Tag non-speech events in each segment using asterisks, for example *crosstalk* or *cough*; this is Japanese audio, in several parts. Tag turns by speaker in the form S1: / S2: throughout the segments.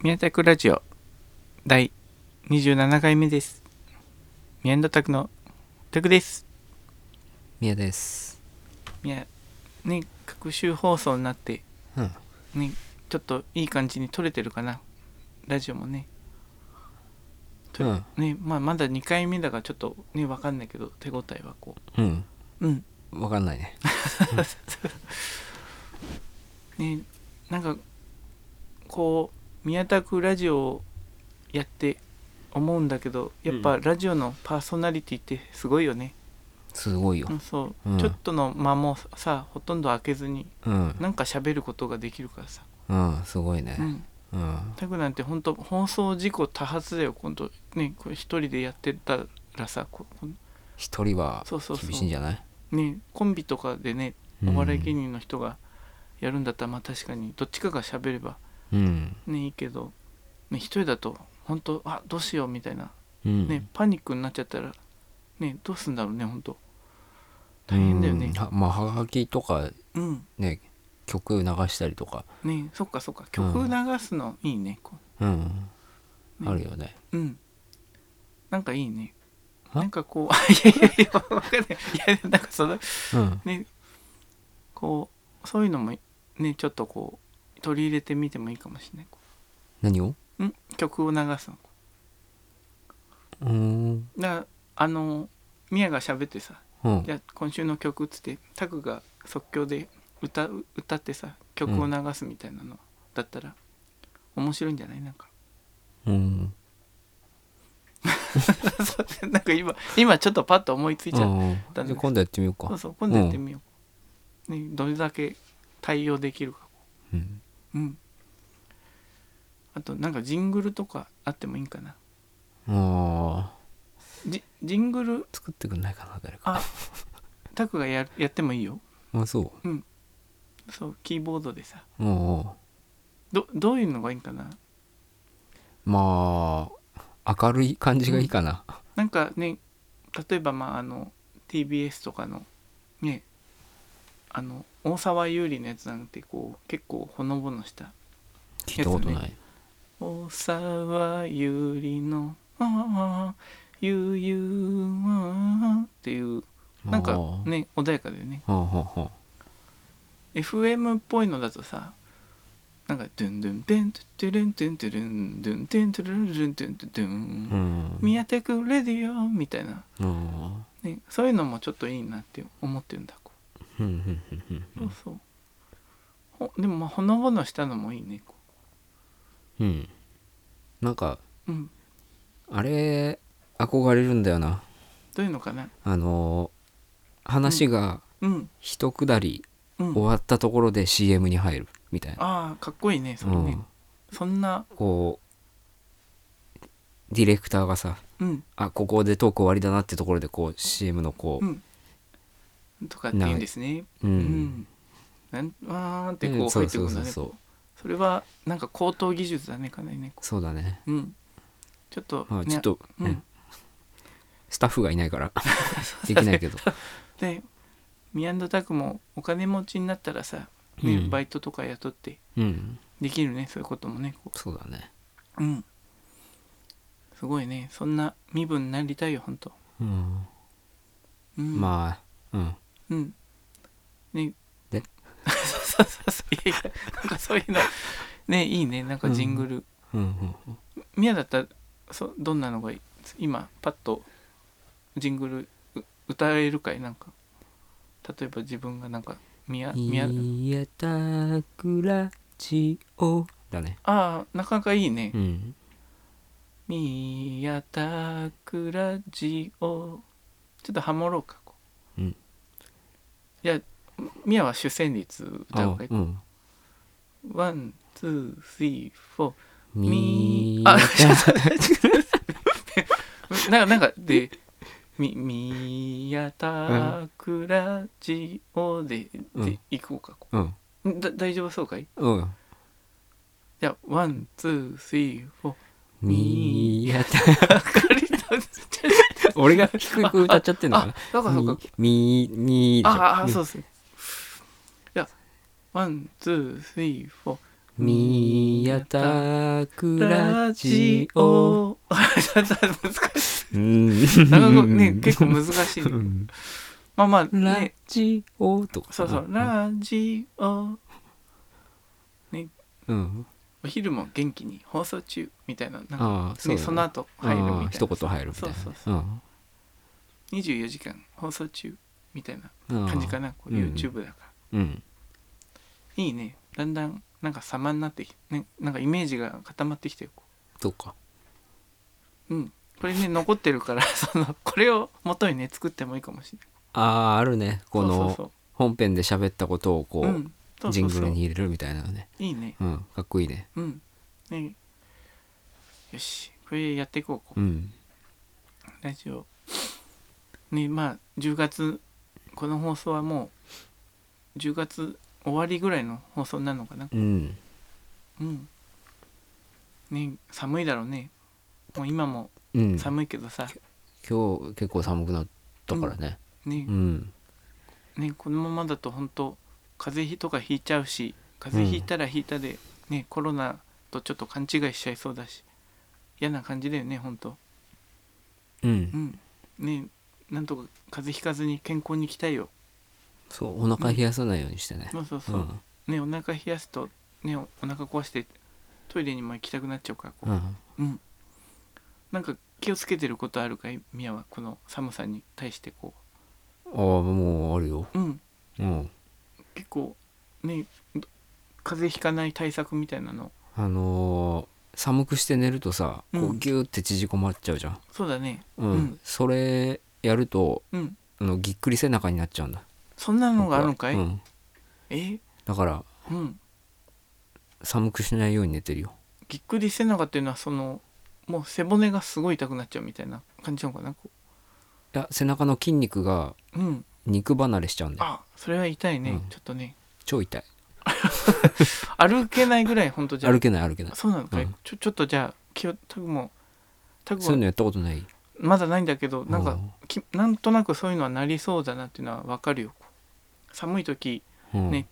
S1: 宮田区ラジオ第27回目です宮田拓の拓です
S2: 宮です
S1: 宮ね各週放送になって
S2: うん
S1: ねちょっといい感じに撮れてるかなラジオもねと
S2: うん
S1: ねまあまだ2回目だからちょっとねわかんないけど手応えはこ
S2: うん
S1: ううん *laughs*
S2: 分かんないね
S1: ねなんかこう宮田区ラジオをやって思うんだけどやっぱ
S2: うん
S1: ラジオのパーソナリティってすごいよね、
S2: すごいよ
S1: うんそう、
S2: うん
S1: ちょっとの間もさほとんど空けずに
S2: うん
S1: なんか喋ることができるからさ、
S2: うんすごいうね
S1: ん、
S2: うん
S1: タクなんて本当放送事故多発だよ今度ねこれ一人でやってたらさここ
S2: 一人は
S1: そうそうそう
S2: 厳しいんじゃない
S1: ねコンビとかでね
S2: うん
S1: お笑い芸人の人がやるんだったらまあ確かにどっちかが喋れば
S2: うん
S1: ねいいけど、ね、一人だと本当あどうしようみたいな、
S2: うん
S1: ねパニックになっちゃったらねどうすんだろうね本当大変だよね
S2: うんはまあはがきとか
S1: うん、
S2: ね曲流したりとか
S1: ねそっかそっか曲流すのいいね、こ
S2: うん
S1: ね
S2: あるよね
S1: ううんなんかいいね
S2: あ
S1: なんかこう *laughs* あいやいやいやわかんないいやなんかその
S2: うん
S1: ねこうそういうのもねちょっとこう取り入れてみてもいいかもしれないこ
S2: 何を
S1: うん曲を流すの
S2: うーん
S1: だからあのミヤが喋ってさ
S2: うん
S1: じゃあ今週の曲っつってタクが即興で歌う歌ってさ曲を流すみたいなのだったら面白いんじゃないなんか *laughs*
S2: うん
S1: そうなんか今今ちょっとパッと思いついちゃっ
S2: うんじ
S1: た
S2: ゃあ
S1: んで
S2: 今度やってみよう
S1: そう
S2: か
S1: そう今度やってみよう、ね、どれだけ対応できるか
S2: うん
S1: うんあとなんかジングルとかあってもいいんかな
S2: あ
S1: ジジングル
S2: ー作ってくんないかな誰
S1: あ
S2: か
S1: タクがややってもいいよ
S2: あそ
S1: そうキーボードでさ
S2: ううん
S1: どどういうのがいいんかな
S2: まあ明るい感じがいいかな
S1: なんかね例えばまああの TBS とかのねあの大沢優里のやつなんてこう結構ほのぼのした
S2: 聞いたことない
S1: 大沢優里の「ああゆうゆうああ」っていうなんかね穏やかでね
S2: はあはあは
S1: FM っぽいのだとさなんか「ドゥンドゥンドゥンドゥルンドゥンドゥルンドゥンドゥンドゥルンドゥンドゥンドゥンドゥ
S2: あ
S1: ン
S2: ん
S1: 宮テクレディオ」みたいな
S2: うん
S1: ね、そういうのもちょっといいなって思ってるんだこ
S2: ふんふんふん
S1: うそうそうほでもまあほのぼのしたのもいいねこ
S2: ふんうんなんか
S1: ううん
S2: あれ憧れるんだよな
S1: どういうのかな
S2: あの話が
S1: うん
S2: 一くだり
S1: うん
S2: 終わったところで CM に入るみたいな、
S1: ああかっこいいねそうれね、
S2: ん、
S1: そんな
S2: こうディレクターがさ
S1: うん
S2: あここでトーク終わりだなってところでこう CM のこ
S1: うんとかっていうんですね
S2: うう
S1: うん
S2: ん、
S1: なんわーんってこう
S2: そ
S1: 入
S2: う
S1: ってく
S2: そ
S1: る
S2: うんそ
S1: だ
S2: う
S1: ね
S2: そ
S1: そうれはなんか高等技術だねかなりねこ
S2: そうだね
S1: ううんちょっと、ね
S2: まあちょっと、
S1: うん
S2: ねスタッフがいないからできな
S1: *laughs*
S2: いけど
S1: でミアンドタクもお金持ちになったらさ、ね
S2: うん
S1: バイトとか雇って
S2: うん
S1: できるねそういうこともねこう
S2: そうだね
S1: うん。すごいね。そんな身分になりたいよ、ほんと。
S2: うん、
S1: うん、あ。
S2: まあうん
S1: うん。ね。
S2: で
S1: そうそうそう。いやいや、なんかそういうの。ね、いいね。なんかジングル。
S2: うんうん
S1: ミヤだったら、そどんなのがいい今、パッと、ジングルう歌えるかいなんか。例えば自分がなんか、ミヤ、ミヤ、
S2: 宮田くらちおだね
S1: ああ、なかなかいいね
S2: う。ん
S1: ミヤタクラジオ。ちょっとハモろうか。こう
S2: うん
S1: いや、ミヤは主旋律歌う
S2: あ
S1: かい。
S2: うん
S1: ワン、ツー、スリー、フォ
S2: み
S1: あ
S2: やた
S1: ー。なんか、なんか、で、 *laughs* み、ミヤタクラジオで、
S2: う
S1: で
S2: ん、
S1: 行こうか。こ
S2: うん
S1: うだ大丈夫そうかい
S2: うん
S1: じゃあ、ワン、ツー、スリー、フォー。
S2: みやた
S1: *laughs* あかりた
S2: 俺が低く歌っちゃってんのかな
S1: そうか、そうか。
S2: みみ
S1: ああ、
S2: み
S1: そうですね。いや、ワン、ツー、スリー、フォー。
S2: 宮田く
S1: ラ
S2: ラ
S1: ジ
S2: ジオ。
S1: オ。ちょっと難し
S2: うん
S1: い。 *laughs* なかなかね、結構難しい。
S2: うん
S1: まあまあ、
S2: ラ
S1: ね、
S2: ジオとか。
S1: そうそう、ラジオ。
S2: うん。
S1: お昼も元気に放送中みたいな、なんか
S2: ああ、
S1: ね、その後入るみたい
S2: あ
S1: な
S2: あ。一言入るみたいなね。
S1: そうそうそう
S2: うん
S1: 24時間放送中みたいな
S2: ああ
S1: 感じかな、こう
S2: うん
S1: YouTube だから。
S2: うん。
S1: いいね。だんだん、なんか様になってきね、なんかイメージが固まってきてよ。
S2: そうか。
S1: うん。これね、残ってるから、 *laughs* その、これを元にね、作ってもいいかもしれない。
S2: ああ、あるね。この本編で喋ったことをこ
S1: う
S2: う、
S1: んそう
S2: ジ
S1: そ
S2: ン
S1: う
S2: グ
S1: そ
S2: ル
S1: う。
S2: に入れるみたいなのね。
S1: いいね。
S2: うん。かっこいいね。
S1: うん。ね、よし。これやっていこう。こう
S2: うん。
S1: ラジオ。ね、まあ、10月、この放送はもう、10月終わりぐらいの放送になるのかな。
S2: うん。
S1: うん。ね、寒いだろうね。もう今も
S2: うん。今
S1: 寒いけどさ、
S2: 日結構寒くなったからね。
S1: ね
S2: う、ん。
S1: ね、このままだと本当風邪ひとかひいちゃうし、風邪ひいたらひいたで、ね、コロナとちょっと勘違いしちゃいそうだし、嫌な感じだよね、本当
S2: う。
S1: うんん。ね、なんとか風邪ひかずに健康に来たいよ。
S2: そう、お腹冷やさないようにしてね。
S1: そうそうそうう。
S2: ん。
S1: ねお腹冷やすとねおお腹壊してトイレにも行きたくなっちゃうからこ
S2: うん。
S1: う、うん、なんか気をつけてることあるかいみやはこの寒さに対してこ
S2: ああ、もうあるよ。
S1: う、うん、
S2: うん。
S1: 結構ねど風邪ひかない対策みたいなの
S2: あのー寒くして寝るとさ、
S1: う
S2: こうんギューって縮こまっちゃうじゃん。
S1: そうだね
S2: うん。
S1: うん
S2: それやると、
S1: うん
S2: あのぎっくり背中になっちゃうんだ。
S1: そんなのがあるのかい、
S2: 僕はうん。
S1: え
S2: だから
S1: うん
S2: 寒くしないように寝てるよ。
S1: ぎっくり背中っていうのはそのもう背骨がすごい痛くなっちゃうみたいな感じなのかなこ
S2: いや背中の筋肉が
S1: ううん
S2: 肉離れしちゃうんだよ。
S1: あそれは痛いね、
S2: うん
S1: ちょっとね
S2: 超痛い。
S1: 歩けないぐらい本当じゃあ
S2: 歩けない歩けない。
S1: そうなのかい、
S2: うん
S1: ちょちょっとじゃあ気をタグもタグ
S2: そういう
S1: は
S2: のやったことない。
S1: まだないんだけどなんか
S2: うん
S1: きなんとなくそういうのはなりそうだなっていうのはわかるよ寒い時
S2: うん、
S1: ね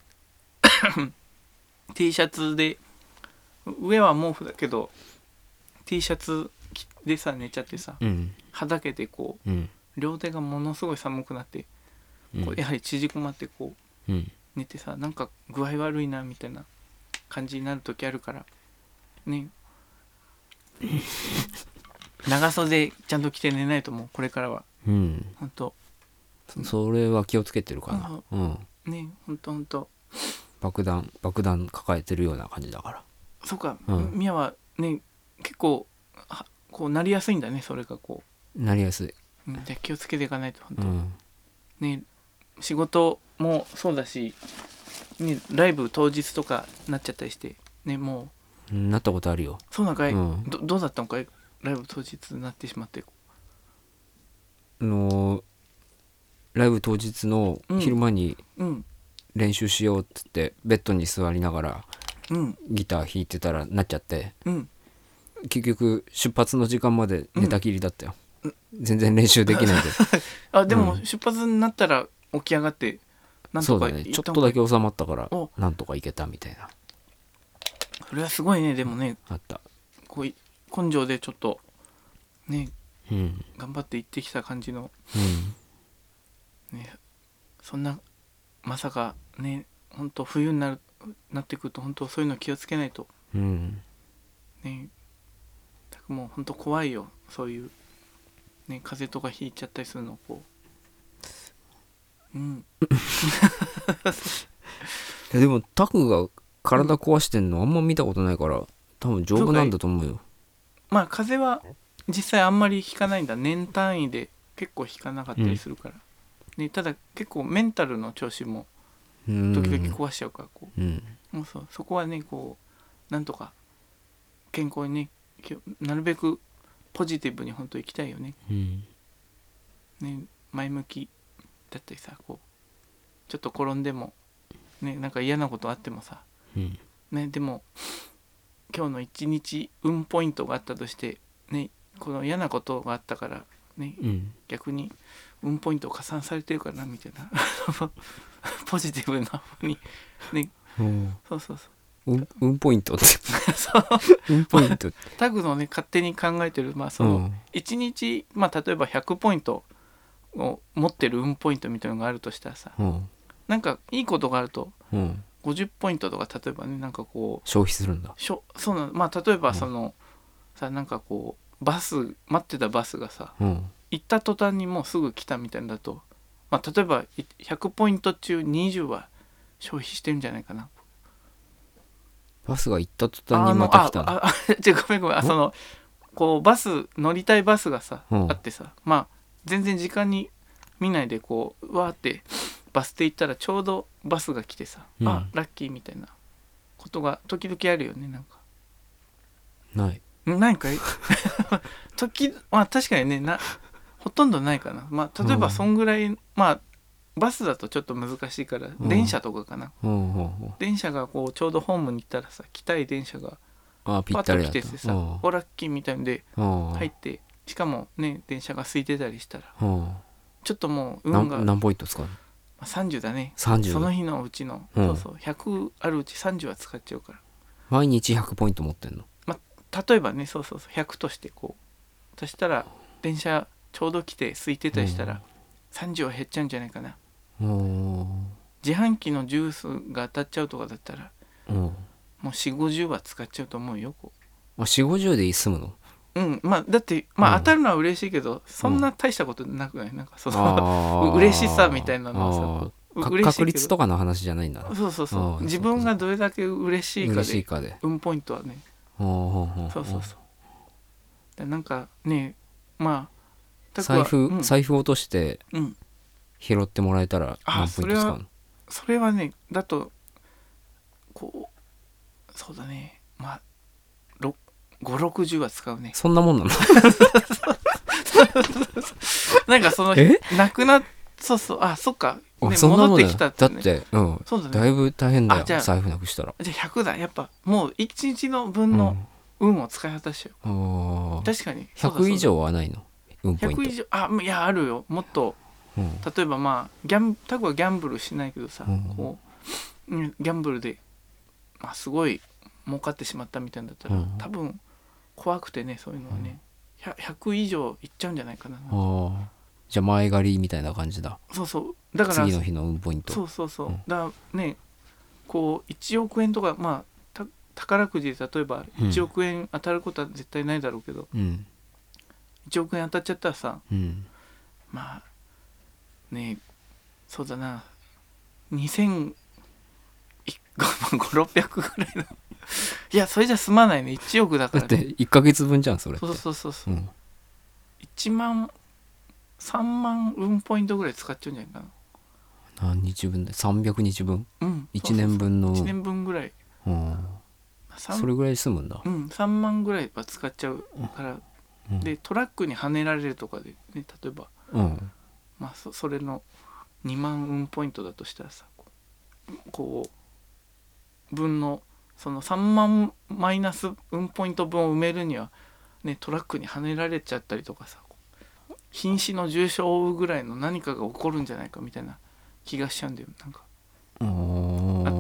S1: T シャツで上は毛布だけど T シャツ着でさ寝ちゃってさ
S2: うん
S1: はだけてこ
S2: うん
S1: う両手がものすごい寒くなって
S2: うん
S1: こうやはり縮こまってこう
S2: うん
S1: 寝てさなんか具合悪いなみたいな感じになる時あるから
S2: *laughs*
S1: ね長袖ちゃんと着て寝ないともうこれからは
S2: うん
S1: ほんと
S2: そそれは気をつけてるかな。うん
S1: ねほんとほんと
S2: 爆弾爆弾抱えてるような感じだから。
S1: そうか、
S2: うん
S1: ミヤはね結構はこうなりやすいんだねそれがこ
S2: なりやすい。
S1: う、うんじゃあ気をつけていかないとほん
S2: う
S1: と、
S2: ん
S1: ね仕事もそうだし、ね、ライブ当日とかなっちゃったりしてねもう
S2: うんなったことあるよ。
S1: そうなんかい、
S2: うん
S1: どどうだったのかいライブ当日になってしまって
S2: あのーライブ当日の昼間に
S1: うん
S2: 練習しようっつってベッドに座りながら
S1: うん
S2: ギター弾いてたらなっちゃって
S1: うん
S2: 結局出発の時間まで寝たきりだったよ、全然練習できないで
S1: あでも
S2: うん
S1: 出発になったら起き上がってなん
S2: そ
S1: と
S2: う
S1: か
S2: だ
S1: 行
S2: ね
S1: った
S2: ちょっとだ
S1: け
S2: け収まったから
S1: お
S2: なんとかいけたみたいな
S1: それはすごいねでもね
S2: あった
S1: こうい根性でちょっとね
S2: うんうん
S1: 頑張って行ってきた感じのねそんなまさかね本当冬になるなってくると本当そういうの気をつけないと
S2: うん
S1: ねたくもう本当怖いよそういうね風邪とかひいちゃったりするのこううん
S2: いやでもタクが体壊してんのあんま見たことないから多分丈夫なんだと思うよ
S1: まあ風邪は実際あんまり引かないんだ年単位で結構引かなかったりするから、ね、ただ結構メンタルの調子も
S2: うん
S1: 時々壊しちゃうからこ
S2: うん
S1: う、もうそうそこはねこうなんとか健康にねきょなるべくポジティブに本当生きたいよね
S2: うん
S1: ね前向きだったりさこうちょっと転んでも、ね、なんか嫌なことあってもさ、
S2: うん
S1: ね、でも今日の一日運ポイントがあったとして、ね、この嫌なことがあったから、ね、
S2: うん
S1: 逆に運ポイント加算されてるかなみ *laughs* たいなポジティブな方にね
S2: うん
S1: そうそうそ
S2: うん、うんポイントって。うんポイントって。
S1: タグのね勝手に考えてるまあそうの、
S2: ん。
S1: 1日、まあ、例えば100ポイントを持ってる運ポイントみたいなのがあるとしたらさ
S2: うん。
S1: なんかいいことがあると
S2: うん。
S1: 50ポイントとか例えばねなんかこ
S2: 消費するんだ。
S1: うしょそうなのまあ例えばその、さなんかこうバス待ってたバスがさ
S2: うん。
S1: 行った途端にもうすぐ来たみたいなんだと、まあ、例えばい100ポイント中20は消費してるんじゃないかな。
S2: バスが行った途
S1: あ
S2: 端にまた来た
S1: あのあ
S2: の。
S1: あ *laughs* 違うごめんごめんあ
S2: ん
S1: そのこうバス乗りたいバスがさ、
S2: うん
S1: あってさまあ全然時間に見ないでこううわーってバス停行ったらちょうどバスが来てさ、
S2: うん
S1: あラッキーみたいなことが時々あるよねなんか
S2: ない。
S1: ないんかい *laughs* 時まあ確かにねなほとんどないかなまあ例え
S2: う
S1: ば
S2: ん
S1: そんぐらい、まあバスだとちょっと難しいから、
S2: うん
S1: 電車とかかな
S2: うんうんうん。
S1: 電車がこうちょうどホームに行ったらさ来たい電車が
S2: あ、ぴ
S1: パ
S2: っ
S1: ッ
S2: た
S1: と
S2: り
S1: 来
S2: だ
S1: て
S2: ってた。
S1: さ
S2: うん
S1: おラッキーみたいんで
S2: うん。
S1: 入ってしかもね電車が空いてたりしたら
S2: うん。
S1: ちょっともう運が
S2: 何
S1: ま
S2: 何ポイント使うの
S1: あ30だねその
S2: ?30。
S1: 日のうちの、
S2: うん
S1: そうそう100あるうち30は使っちゃうから
S2: 毎日100ポイント持ってんの。
S1: 例えばねそうそうそう100としてこうそしたら電車ちょうど来て空いてたりしたら、
S2: うん
S1: 30は減っちゃうんじゃないかな
S2: うん。
S1: 自販機のジュースが当たっちゃうとかだったら
S2: うん。
S1: もう4 5 0は使っちゃうと思うよこ
S2: あ、4、50で済むの
S1: ううんまあだってまあ
S2: うん
S1: 当たるのは嬉しいけど、そんな大したことなくないなんかその、
S2: あー
S1: う嬉しさみたいなのをさ
S2: あー
S1: う
S2: か
S1: *laughs* 嬉しいけど
S2: 確率とかの話じゃないんだな
S1: そうそう
S2: あ
S1: そ
S2: ー
S1: う自分がどれだけ嬉しいか
S2: 嬉しい
S1: で
S2: かで
S1: 運ポイントはねそ
S2: そう
S1: そうそうだなんかねまあタクは
S2: 財布、
S1: うん
S2: 財布落として
S1: うん
S2: 拾ってもらえたら
S1: あ
S2: 何ポイ
S1: そ
S2: ント使
S1: れ
S2: う
S1: はそれはねだとこうそうだねまあろ560は使うね
S2: のそんなもんなの
S1: なんかその
S2: え
S1: なくなそうそうあそっか、
S2: あ
S1: ね、
S2: *laughs* そんな
S1: 戻
S2: も
S1: っ
S2: ん
S1: て
S2: だ
S1: き
S2: よ
S1: た
S2: だ
S1: っ、
S2: ってて、
S1: ね、
S2: うん
S1: そうだね
S2: だいぶ大変だ
S1: あじゃ
S2: よ
S1: あ
S2: 財布なくしたら
S1: じゃあ100だやっぱもう1日の分の運を使い果たしちゃう、
S2: うんあー
S1: 確かにそうだそう
S2: 100
S1: だ
S2: 以上はないの運ポイント
S1: 100以上あいやあるよもっと
S2: うん
S1: 例えばまあギャンタグはギャンブルしないけどさ、
S2: うん
S1: こううんギャンブルで、まあ、すごい儲かってしまったみたいなんだったら、
S2: うん
S1: 多分怖くてねそういうのはね、100 100以上いっちゃうんじゃないかな、
S2: あーじゃあ前借りみたいな感じだ
S1: そうそうだから
S2: 次の日の運ポイント
S1: そうそうそう、
S2: うん
S1: だからねこう1億円とかまあた宝くじで例えば
S2: うん
S1: 1億円当たることは絶対ないだろうけど、
S2: うん
S1: 1億円当たっちゃったらさ
S2: うん
S1: まあねそうだな2000い5600ぐらいのいやそれじゃ済まないね1億だか
S2: だ
S1: ら
S2: っ
S1: ね、
S2: て1ヶ月分じゃんそれって
S1: そうそうそうそう、
S2: うん
S1: 1万3万運ポイントぐらい使っちゃうんじゃないか
S2: 何日分だ300日分
S1: なうん
S2: 1年分の
S1: 1年分ぐらい
S2: うん
S1: 三
S2: それぐらい済むんだ
S1: うん、3万ぐらいは使っちゃうから、
S2: うん
S1: でトラックにはねられるとかで、ね、例えば、
S2: うん
S1: まあ、そそれの2万運ポイントだとしたらさこうこう分のその3万マイナス運ポイント分を埋めるには、ね、トラックにはねられちゃったりとかさこう瀕死の重傷を負うぐらいの何かが起こるんじゃないかみたいな気がしちゃうんだよなんかあ
S2: あ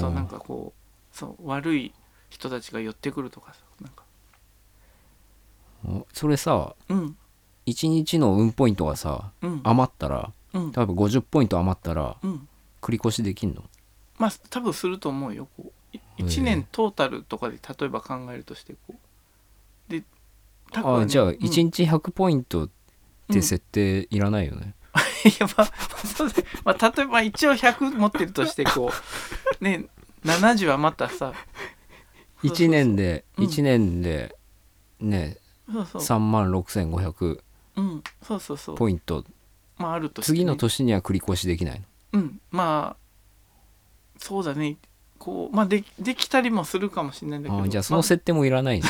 S1: となんかこうそう悪い人たちが寄ってくるとかさなんか
S2: それさ
S1: うん
S2: 1日の運ポイントがさ
S1: うん
S2: 余ったら
S1: うん
S2: 多分50ポイント余ったら
S1: うん、
S2: 繰り越しできんの
S1: まあ多分すると思うよこうい
S2: へえ
S1: 1年トータルとかで例えば考えるとしてこうでタクはね
S2: あじゃあ
S1: うん
S2: 1日100ポイントっ
S1: う
S2: て
S1: ん
S2: 設定いらないよね
S1: *laughs* いやまあそうだねまあ例えば一応100持ってるとしてこ
S2: *laughs*
S1: うね70余ったらさそうそうそう
S2: 1年で
S1: うん
S2: 1年でね
S1: そうそう
S2: 3万6500
S1: うんそうそうそう
S2: ポイント
S1: まああるとしてね、
S2: 次の年には繰り越しできないの
S1: うんまあそうだねこうまあでできたりもするかもしれないんだけ
S2: あ
S1: ど
S2: ーじゃあその
S1: まあ
S2: 設定もいら
S1: *laughs*
S2: ないね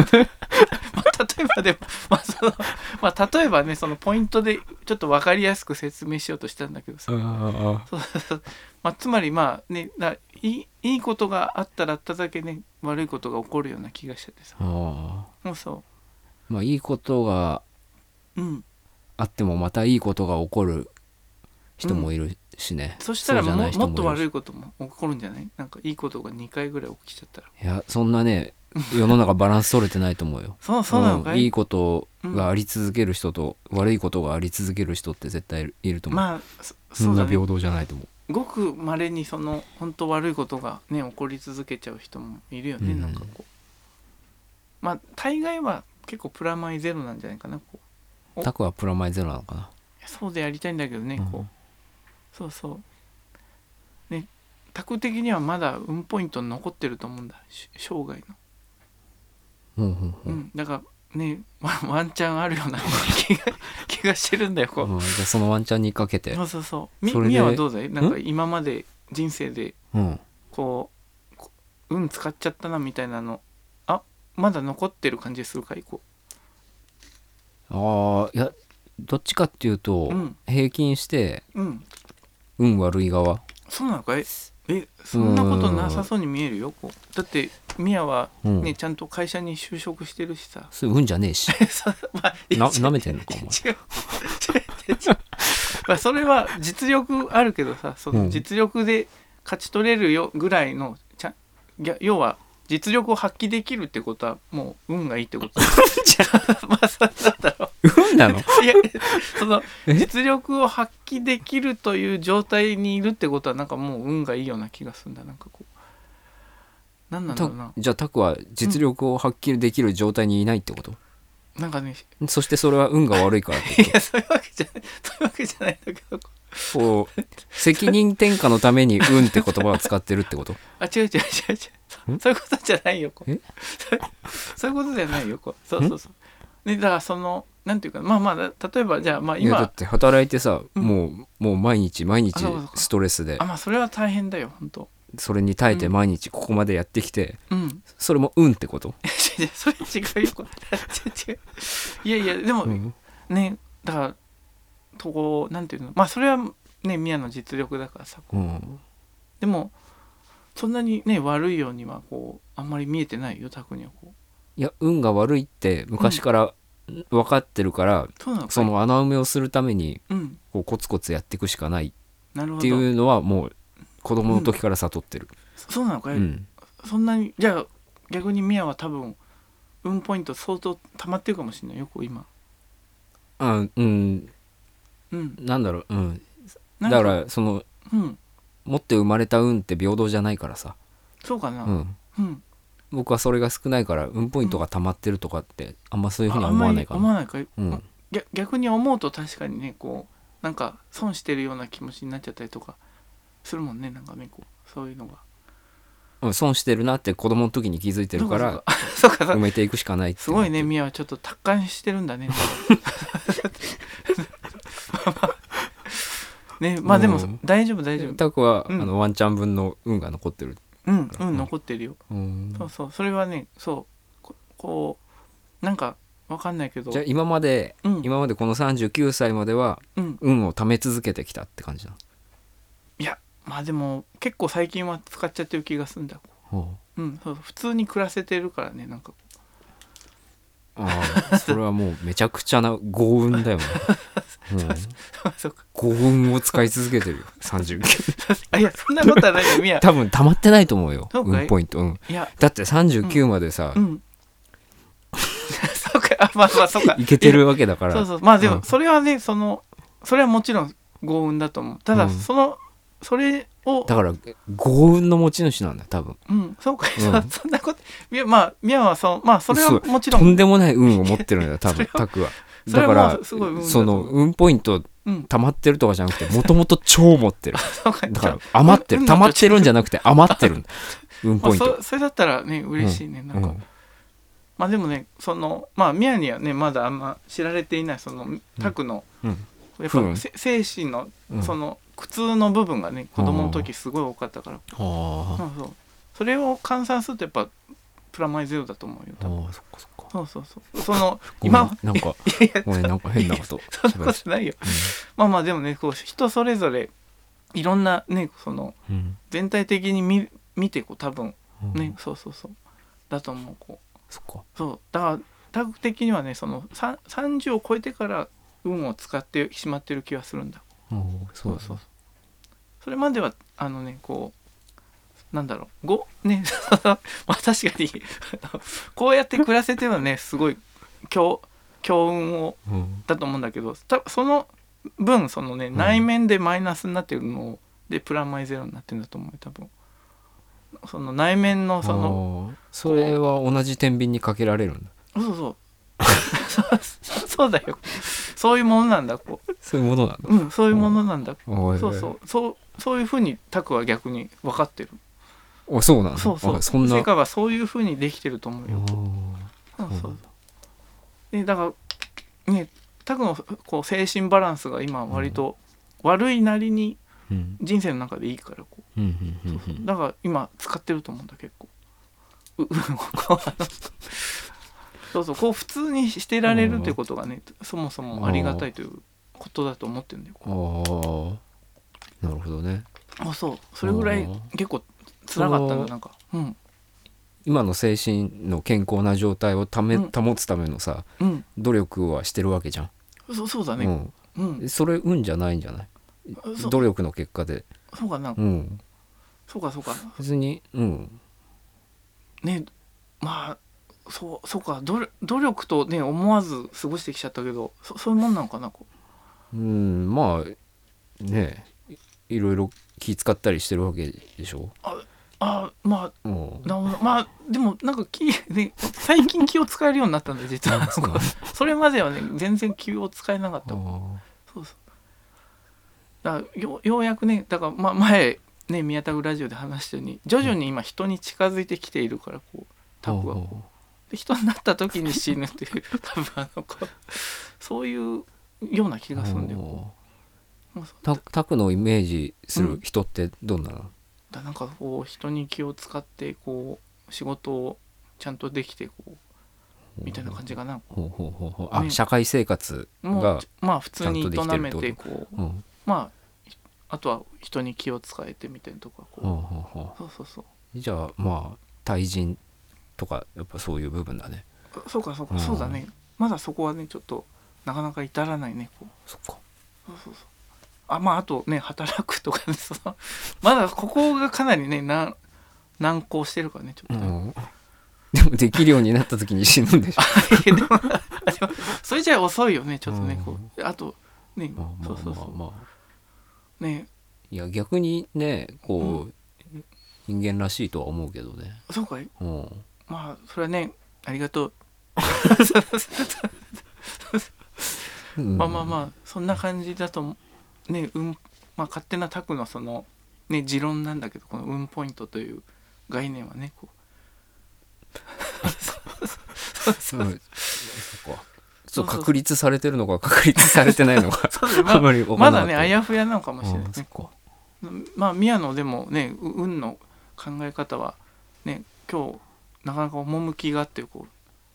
S1: まあ例えばでも、まあそのまあ、例えばねそのポイントでちょっと分かりやすく説明しようとしたんだけどさ、
S2: あ
S1: そう *laughs* そうそうまあ、つまりまあねだいいいいことがあったらあっただけね悪いことが起こるような気がしちゃってさ
S2: あ
S1: もうそ
S2: まあいいことが
S1: ううん
S2: あってもまたいいことが起こる人もいるしね
S1: そしたら
S2: うじ
S1: も
S2: ゃない人
S1: もっと
S2: い
S1: 悪
S2: る
S1: いことも起こるんじゃないなんかいいことが2回ぐらい起きちゃったら
S2: しいやそんなね世の中バランス取れてないと思うよ
S1: *laughs* そうそうなのか
S2: ん
S1: い、
S2: いいことがあり続ける人と、悪いことがあり続ける人って絶対いると思う、
S1: まあそ
S2: そ
S1: そ
S2: ん
S1: うだ
S2: な
S1: ね
S2: 平等じゃないと思う
S1: ごくまれにその本当悪いことがね起こり続けちゃう人もいるよね、
S2: うん
S1: なんかこうまあ大概は結構プラマイゼロなんじゃないかなこうお
S2: タクはプラマイゼロなのかな、
S1: そうでやりたいんだけどね、こ
S2: う
S1: うんそうそうねタク的にはまだ運ポイント残ってると思うんだし生涯の
S2: うんうん
S1: う、
S2: うんん
S1: だからねワンワンチャンあるような気が *laughs* 気がしてるんだよこう、
S2: うんじゃあそのワンチャンにかけて
S1: そうそうそうみ
S2: それで
S1: みやはどうだいなんか今まで人生で
S2: うん
S1: こうこ運使っちゃったなみたいなのあまだ残ってる感じするかいこ
S2: ああいやどっちかっていうと、
S1: ううん
S2: 平均して
S1: うん
S2: 運悪い側
S1: そうなのかいえそんなことなさそうに見えるよこうだってみやは
S2: うん、
S1: ね、ちゃんと会社に就職してるし
S2: *laughs*
S1: さ
S2: それ運じゃね
S1: *laughs*
S2: えし
S1: そうまあ
S2: な
S1: 一
S2: 舐めてんのかお前
S1: *laughs* 違う違う違うまあそれは実力あるけどさそ
S2: うん
S1: の実力で勝ち取れるよぐらいのちゃんいや要は実力を発揮できるってことはもう運がいいって
S2: *laughs*
S1: ことだまあそうなんだろ
S2: 運 *laughs* なの
S1: ういやその
S2: え
S1: 実力を発揮できるという状態にいるってことはなんかもう運がいいような気がするんだなんかこうなんなんだろうな
S2: じゃあタクは実力を発揮できる状態にいないってこと、
S1: なんかね
S2: そしてそれは運が悪い
S1: *laughs*
S2: からって
S1: いやそういうわけじゃないそういうわけじゃないんだけど
S2: こう責任転嫁のために運って言葉を使ってるってこと
S1: あ違う違う違う違うそそういうことじゃないよこう
S2: え
S1: そそういうことじゃないよこうそうそうそうねだからそのなんていうかまあまあ例えばじゃあまあ
S2: いやだ
S1: *laughs* 今
S2: って働いてさ、
S1: うん
S2: もうもう毎日毎日
S1: あそうかそうか
S2: ストレスで
S1: あまあそれは大変だよ本当
S2: それに耐えて
S1: うん
S2: 毎日ここまでやってきて、
S1: うん *laughs*
S2: それも運ってこと、
S1: 違う違うそれ違うよこ *laughs* う違う違ういやいやでも、
S2: うん
S1: ねだからとこうなんていうのまあそれはね宮の実力だからさこう
S2: うん、
S1: でもそんなにね悪いようにはこうあんまり見えてないよタクにはこ
S2: いや運が悪いって昔から分かってるから、
S1: うそうなのかい
S2: その穴埋めをするために
S1: うん
S2: こうコツコツやっていくしかない
S1: なるほど
S2: っていうのはもう子供の時から悟ってる、
S1: そうなのか
S2: う
S1: い、
S2: ん
S1: そんなにじゃあ逆にミヤは多分運ポイント相当溜まってるかもしれないよこう今
S2: あうん、
S1: うん
S2: なんだろう、うん、
S1: な
S2: だ
S1: んか
S2: からその
S1: うん
S2: 持って生まれた運って平等じゃないからさ、
S1: そうかな
S2: う
S1: うん、
S2: ん、僕はそれが少ないから運ポイントが溜まってるとかってあんまそういうふうに
S1: ああ
S2: は
S1: ん
S2: 思
S1: ま
S2: わない
S1: り
S2: か
S1: 思
S2: な
S1: わないかい、
S2: うん
S1: ぎゃ逆に思うと確かにねこうなんか損してるような気持ちになっちゃったりとかするもんねなんかねこうそういうのが
S2: うん損してるなって子供の時に気づいてるから
S1: *laughs* そう *laughs* かそうかそうかそ
S2: 埋
S1: うか
S2: めていくしかないって
S1: すごいねミヤはちょっと達観してるん *laughs* だねねまあでも、
S2: うん
S1: 大丈夫大丈夫
S2: タクは、
S1: うん
S2: あのワンチャン分の運が残ってる、
S1: うんうん残ってるよ
S2: うん
S1: そうそうそれはねそうここうなんかわかんないけど
S2: じゃあ今まで
S1: うん
S2: 今までこの39歳までは
S1: うん
S2: 運を貯め続けてきたって感じない
S1: やまあでも結構最近は使っちゃってる気がするんだ
S2: の
S1: うんそう普通に暮らせてるからねなんか *laughs*
S2: ああそれはもうめちゃくちゃな豪運
S1: *laughs*
S2: だよね、うん
S1: こうそうか
S2: 豪運を使い続けてるよ39
S1: *laughs* あいやそんなことはないよみ
S2: *laughs*
S1: や
S2: 多分溜まってないと思うよ
S1: そうかい
S2: 運ポイント、うん、
S1: いや
S2: だって39までさ、
S1: うん *laughs* そうかあまあまあそうか
S2: いけてるわけだか
S1: いや
S2: ら
S1: そうそうまあで
S2: うん
S1: もそれはねそのそれはもちろん幸運だと思うた
S2: う
S1: だ
S2: ん
S1: その、それを
S2: だから豪運の持ち主なんだよ多分
S1: うんそうか、
S2: うん
S1: *laughs* そそんなことみやまあみやはそのまあそれは
S2: そう
S1: もちろ
S2: と
S1: ん
S2: んでもない運を持ってるんだよ
S1: *laughs*
S2: 多
S1: そ
S2: 分
S1: れは
S2: タクは
S1: そ
S2: だ
S1: れ
S2: か
S1: は
S2: ら
S1: もうすごい運だと
S2: その
S1: 思う
S2: 運ポイント
S1: うん
S2: 溜まってるとかじゃなくてもともと超持ってる
S1: そうか
S2: だから余ってる溜まってるんじゃなくて余っ
S1: *laughs*
S2: てる運
S1: まあ、
S2: ポイント
S1: そそれだったらね嬉しいね、なんか、
S2: うん
S1: まあでもねそのまあミヤにはねまだあんま知られていないそのタクの、
S2: うん
S1: やっぱ、
S2: うん
S1: せ精神の
S2: うん
S1: その苦痛の部分がね子供の時すごい多かったから、
S2: あ
S1: そうそうそれを換算するとやっぱプラマイゼロだと思うよ
S2: ああ
S1: 多分
S2: あそっかそっか
S1: そうそうそうその
S2: *laughs* ごめん
S1: 今
S2: なんか
S1: *laughs* いやいや
S2: ごめんなんか変なこと
S1: そんなことないよまあまあでもねこう人それぞれいろんなねその
S2: うん
S1: 全体的に見見てこう多分
S2: うん
S1: ね、そうそうそうだと思うこう
S2: そっか
S1: そうだからタグ的にはねそのさ30を超えてから運を使ってしまってる気はするんだ
S2: うんそうだね
S1: そうそれまではあのねこうなんだろうご *laughs* ねまあ確かに *laughs* こうやって暮らせてはねすごい強強運を
S2: うん
S1: だと思うんだけどたその分そのね
S2: ん
S1: 内面でマイナスになってるのを、でプラマイゼロになってるんだと思うよ多分その内面のその
S2: あーそれは同じ天秤にかけられるんだ
S1: そうそうそう *laughs* そうだよ *laughs* そういうものなんだこう
S2: そういうものなんだ
S1: うんそういうものなんだ、
S2: おい
S1: そうそうそうそういうふうにタクは逆に分かってる
S2: おそうなんだ
S1: そうそ
S2: あ
S1: う
S2: そんな
S1: 世界はそういうふうにできてると思うよそうそう
S2: そ
S1: そううでだからねタクのこう精神バランスが今割と悪いなりに
S2: うん
S1: 人生の中でいいからこ
S2: うんうん
S1: う、
S2: うん
S1: そうそうだから今使ってると思うんだ結構う *laughs* うこうあのそうそうこう普通にしてられるってことがねそもそもありがたいということだと思ってるんだよ
S2: うんああなるほどね
S1: あそうそれぐらい
S2: うん
S1: 結構辛かったん
S2: う
S1: だ
S2: ん
S1: なんかうん
S2: 今の精神の健康な状態をため
S1: うん
S2: 保つためのさ
S1: うん
S2: 努力はしてるわけじゃん、
S1: そうそうだ
S2: う
S1: ね
S2: ん
S1: うん
S2: それ運じゃないんじゃない
S1: そ
S2: 努力の結果で、
S1: そうかな
S2: うん、
S1: そうかそうか
S2: 別に、うん、
S1: ねまあそうそうか努力努力とね思わず過ごしてきちゃったけどそそういうもんなのかなこ
S2: うん、まあねえいいろいろ気使ったりしてるわけでしょ、
S1: うあまあ
S2: うん、
S1: なるほどまあでもなんか気、ね、最近気を使えるようになったんで実は
S2: そうなん
S1: *laughs* それまではね全然気を使えなかった
S2: あ
S1: そうそうだからよようやくねだから、まあ、前ね宮田ラジオで話したように徐々に今人に近づいてきているからこうタコがこうで人になった時に死ぬっていう多分あのこうそういうような気がするんだよこうもうそう
S2: タタクのイメージする人ってどんなの、
S1: だなんかこう人に気を使ってこう仕事をちゃんとできてこうみたいな感じかな
S2: ほうほうほうほうあ、
S1: ね
S2: 社会生活
S1: もう
S2: が、
S1: まあ普通に
S2: ちゃんと
S1: 営
S2: で
S1: め
S2: きてる
S1: て
S2: って
S1: こう
S2: うん、
S1: まああとは人に気を使えてみたいなとこは
S2: ほう
S1: こ
S2: ほうほう
S1: うそうそうそう
S2: じゃあまあ対人とかやっぱそういう部分だね
S1: あそうかそう
S2: う
S1: か
S2: ん
S1: そうだねまだそこはねちょっとなかなか至らないねこう
S2: そっか
S1: そうそうそうあまああとね働くとかねそのまだここがかなりねなん難航してるからねちょ
S2: う
S1: っとね、
S2: んでもできるようになった時に死ぬんでしょ
S1: *laughs* でもでもそれじゃ遅いよねちょっとね
S2: うん
S1: こうあとね
S2: *laughs* まあまあ
S1: そうそう
S2: まあ
S1: そ
S2: まあ
S1: うね
S2: いや逆にねこう、人間らしいとは思うけどね
S1: そうかい
S2: うん
S1: まあそれはねありが
S2: *laughs*
S1: とう
S2: うん
S1: まあまあまあそんな感じだとねうんまあ勝手なタクのそのね持論なんだけどこの運ポイントという概念はねこうそう
S2: うんそっかちょっと確立されてるのか確立されてないの *laughs* か
S1: そうま
S2: あんまりわか
S1: ま
S2: んなか
S1: だ
S2: った
S1: ねあやふやなのかもしれない
S2: うんそ
S1: ね
S2: っか
S1: まあ宮野でもねう運の考え方はね今日なかなか趣があってこ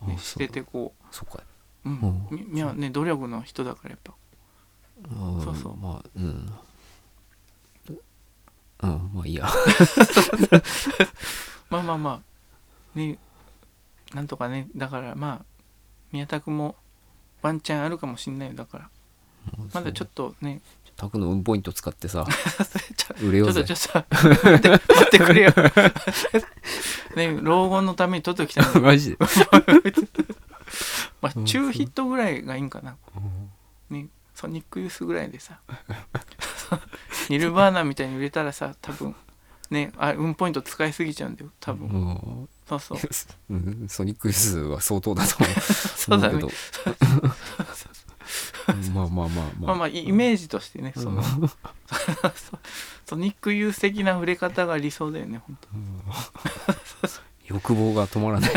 S1: う、ね
S2: あ、
S1: しててこ
S2: そっか
S1: う、うん
S2: うん
S1: み宮野ね努力の人だからやっぱ
S2: うん
S1: そうそう
S2: まあうんうんまあいいや
S1: まあまあまあねなんとかねだからまあ宮田君もワンチャンあるかもしんないよだからまだちょっとね
S2: タクの運ポイント使っ
S1: *laughs*
S2: てさ
S1: ちょ
S2: 売れよ
S1: ちょ
S2: う
S1: っと
S2: ぜ
S1: ちょっと待って待ってくれ
S2: *laughs*
S1: よね老後のために取って
S2: *laughs*
S1: きたの
S2: マジで
S1: まあ中ヒットぐらいがいいんかな
S2: うん
S1: ねソニックユースぐらいでさ *laughs* ニルバーナみたいに売れたらさ多分ねあ運ポイント使いすぎちゃうんだよ多分、
S2: うん
S1: そう
S2: *laughs*
S1: そう
S2: うんソニックスは相当だと思う
S1: そうだね
S2: 思
S1: *laughs*
S2: うけどうんまあまあまあ
S1: ま
S2: まあ
S1: あまあイイメージとしてねその *laughs* ソニックユース的な触れ方が理想だよね本当
S2: 欲望が止ま
S1: *laughs*
S2: らない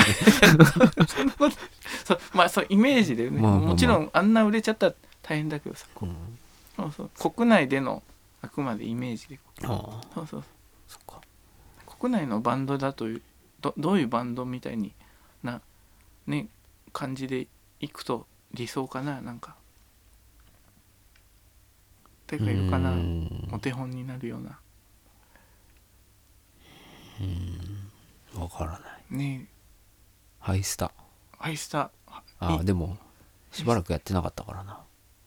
S1: そうまあそうイメージだよね、
S2: まあまあまあ
S1: もちろんあんな売れちゃったら大変だけどさ
S2: うん
S1: そうそう国内でのあくまでイメージで
S2: ああ
S1: そうそう
S2: そっか
S1: 国内のバンドだというどどういうバンドみたいになね感じでいくと理想かななんか誰かいるかな
S2: うん
S1: お手本になるような
S2: わからない
S1: ね
S2: ハイスタ
S1: アイスター
S2: あ
S1: い
S2: あでもしばらくやってなかったからな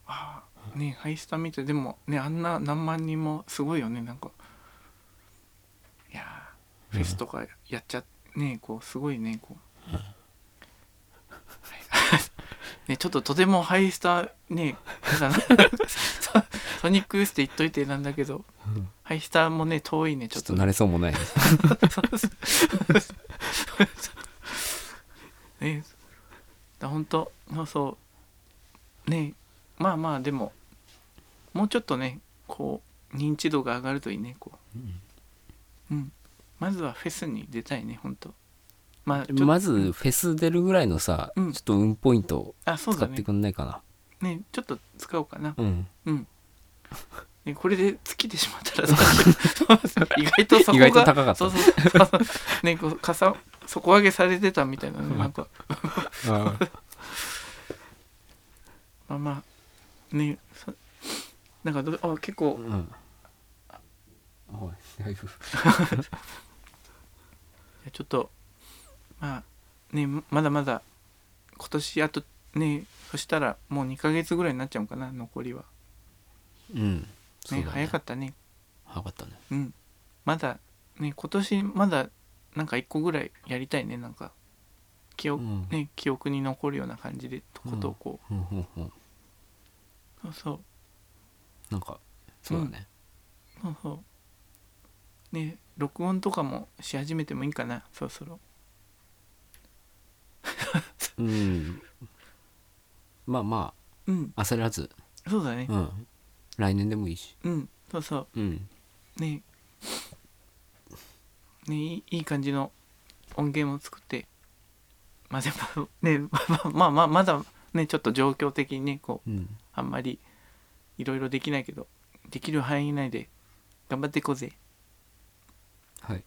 S1: ああねハイスタ見てでもねあんな何万人もすごいよねなんかいやーフェスとかやっちゃねこうすごい *laughs* ねこう、はいねちょっととてもハイスタねだな *laughs* ソソニックユースって言っといてなんだけど、
S2: うん
S1: ハイスタもね遠いねち
S2: ち
S1: ょ
S2: ょ
S1: っ
S2: っ
S1: と
S2: と慣れそうもないです
S1: ねだ本当そうそうねまあまあでももうちょっとねこう認知度が上がるといいねこううんまずはフェスに出たいね本当まあちょっと
S2: まずフェス出るぐらいのさ、
S1: うん
S2: ちょっと運ポイント
S1: あそう
S2: 使
S1: だ
S2: って
S1: ね
S2: くんないかな
S1: ねちょっと使おうかな
S2: う,、
S1: うん、ね、これで尽きてしま
S2: *laughs*
S1: ったらどうしようそう意外とそ
S2: ん
S1: こ
S2: 意外と
S1: が
S2: 高かった
S1: そうそうそうねこうかさ底上げされてたみたいなねなんか
S2: あー
S1: まあまあねそなんかどうあ結構
S2: うんおいだいぶ
S1: ちょっとまあねまだまだ今年あとねそしたらもう2ヶ月ぐらいになっちゃうかな残りは、
S2: うんそう
S1: ね
S2: だね
S1: 早かったね
S2: 早かったね
S1: うんまだね今年まだなんか1個ぐらいやりたいねなんか記憶、
S2: うん
S1: ね記憶に残るような感じでことをこ
S2: うんうんうん
S1: う、そうそう
S2: なんかそうだね、
S1: そうそうね録音とかもし始めてもいいかなそろそろ
S2: うんまあま
S1: うん
S2: あ焦らず、
S1: そうだね
S2: うん、来年でもいいし、
S1: うんそうそう
S2: うん、
S1: ねねいいいい感じの音源を作ってまあでもね *laughs* まあまあまあまだねちょっと状況的にねこう
S2: うん、
S1: あんまりいろいろできないけどできる範囲内で頑張っていこうぜ
S2: はい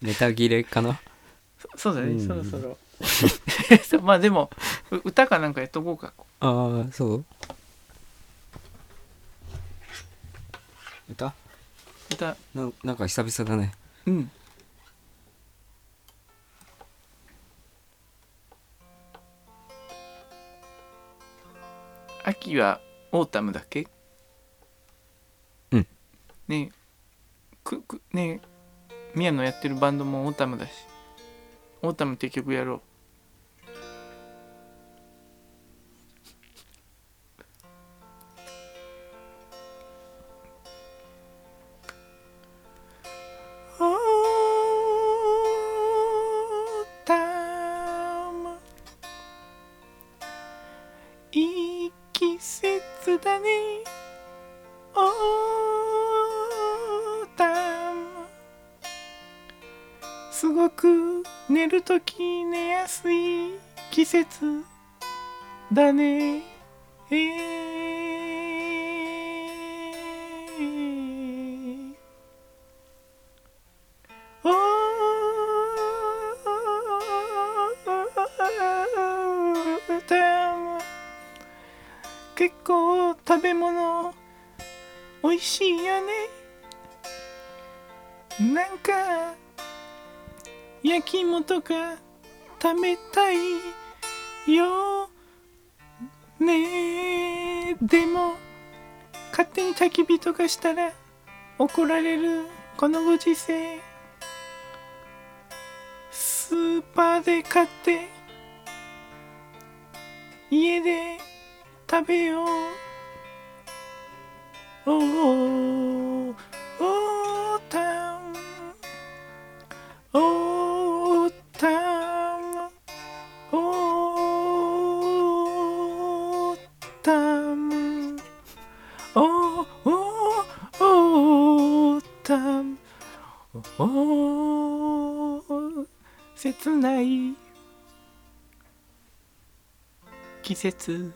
S2: ネタ切れかな
S1: そそうだね、
S2: うん
S1: そろそろそう *laughs* まあでもう歌かなんかやっとこうか
S2: ああそう歌
S1: 歌
S2: ななんか久々だね
S1: うん秋はオータムだっけ
S2: うん
S1: ねえくくねえ宮野やってるバンドもオータムだしオータムって曲やろうオータムいい季節だねオータムすごく寝るとき寝やすい季節だねえーオータム結構食べ物美味しいよねなんか焼き芋とか食べたいよねでも勝手に焚き火とかしたら怒られるこのご時世スーパーで買って家で食べようおーおーたんおーたんおーたんおーおーおーたんおー切ない季節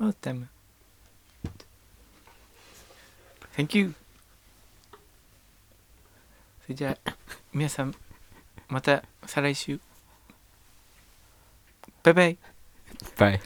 S1: オータム Thank you それじゃあ皆さんまた再来週バイバイ
S2: バイ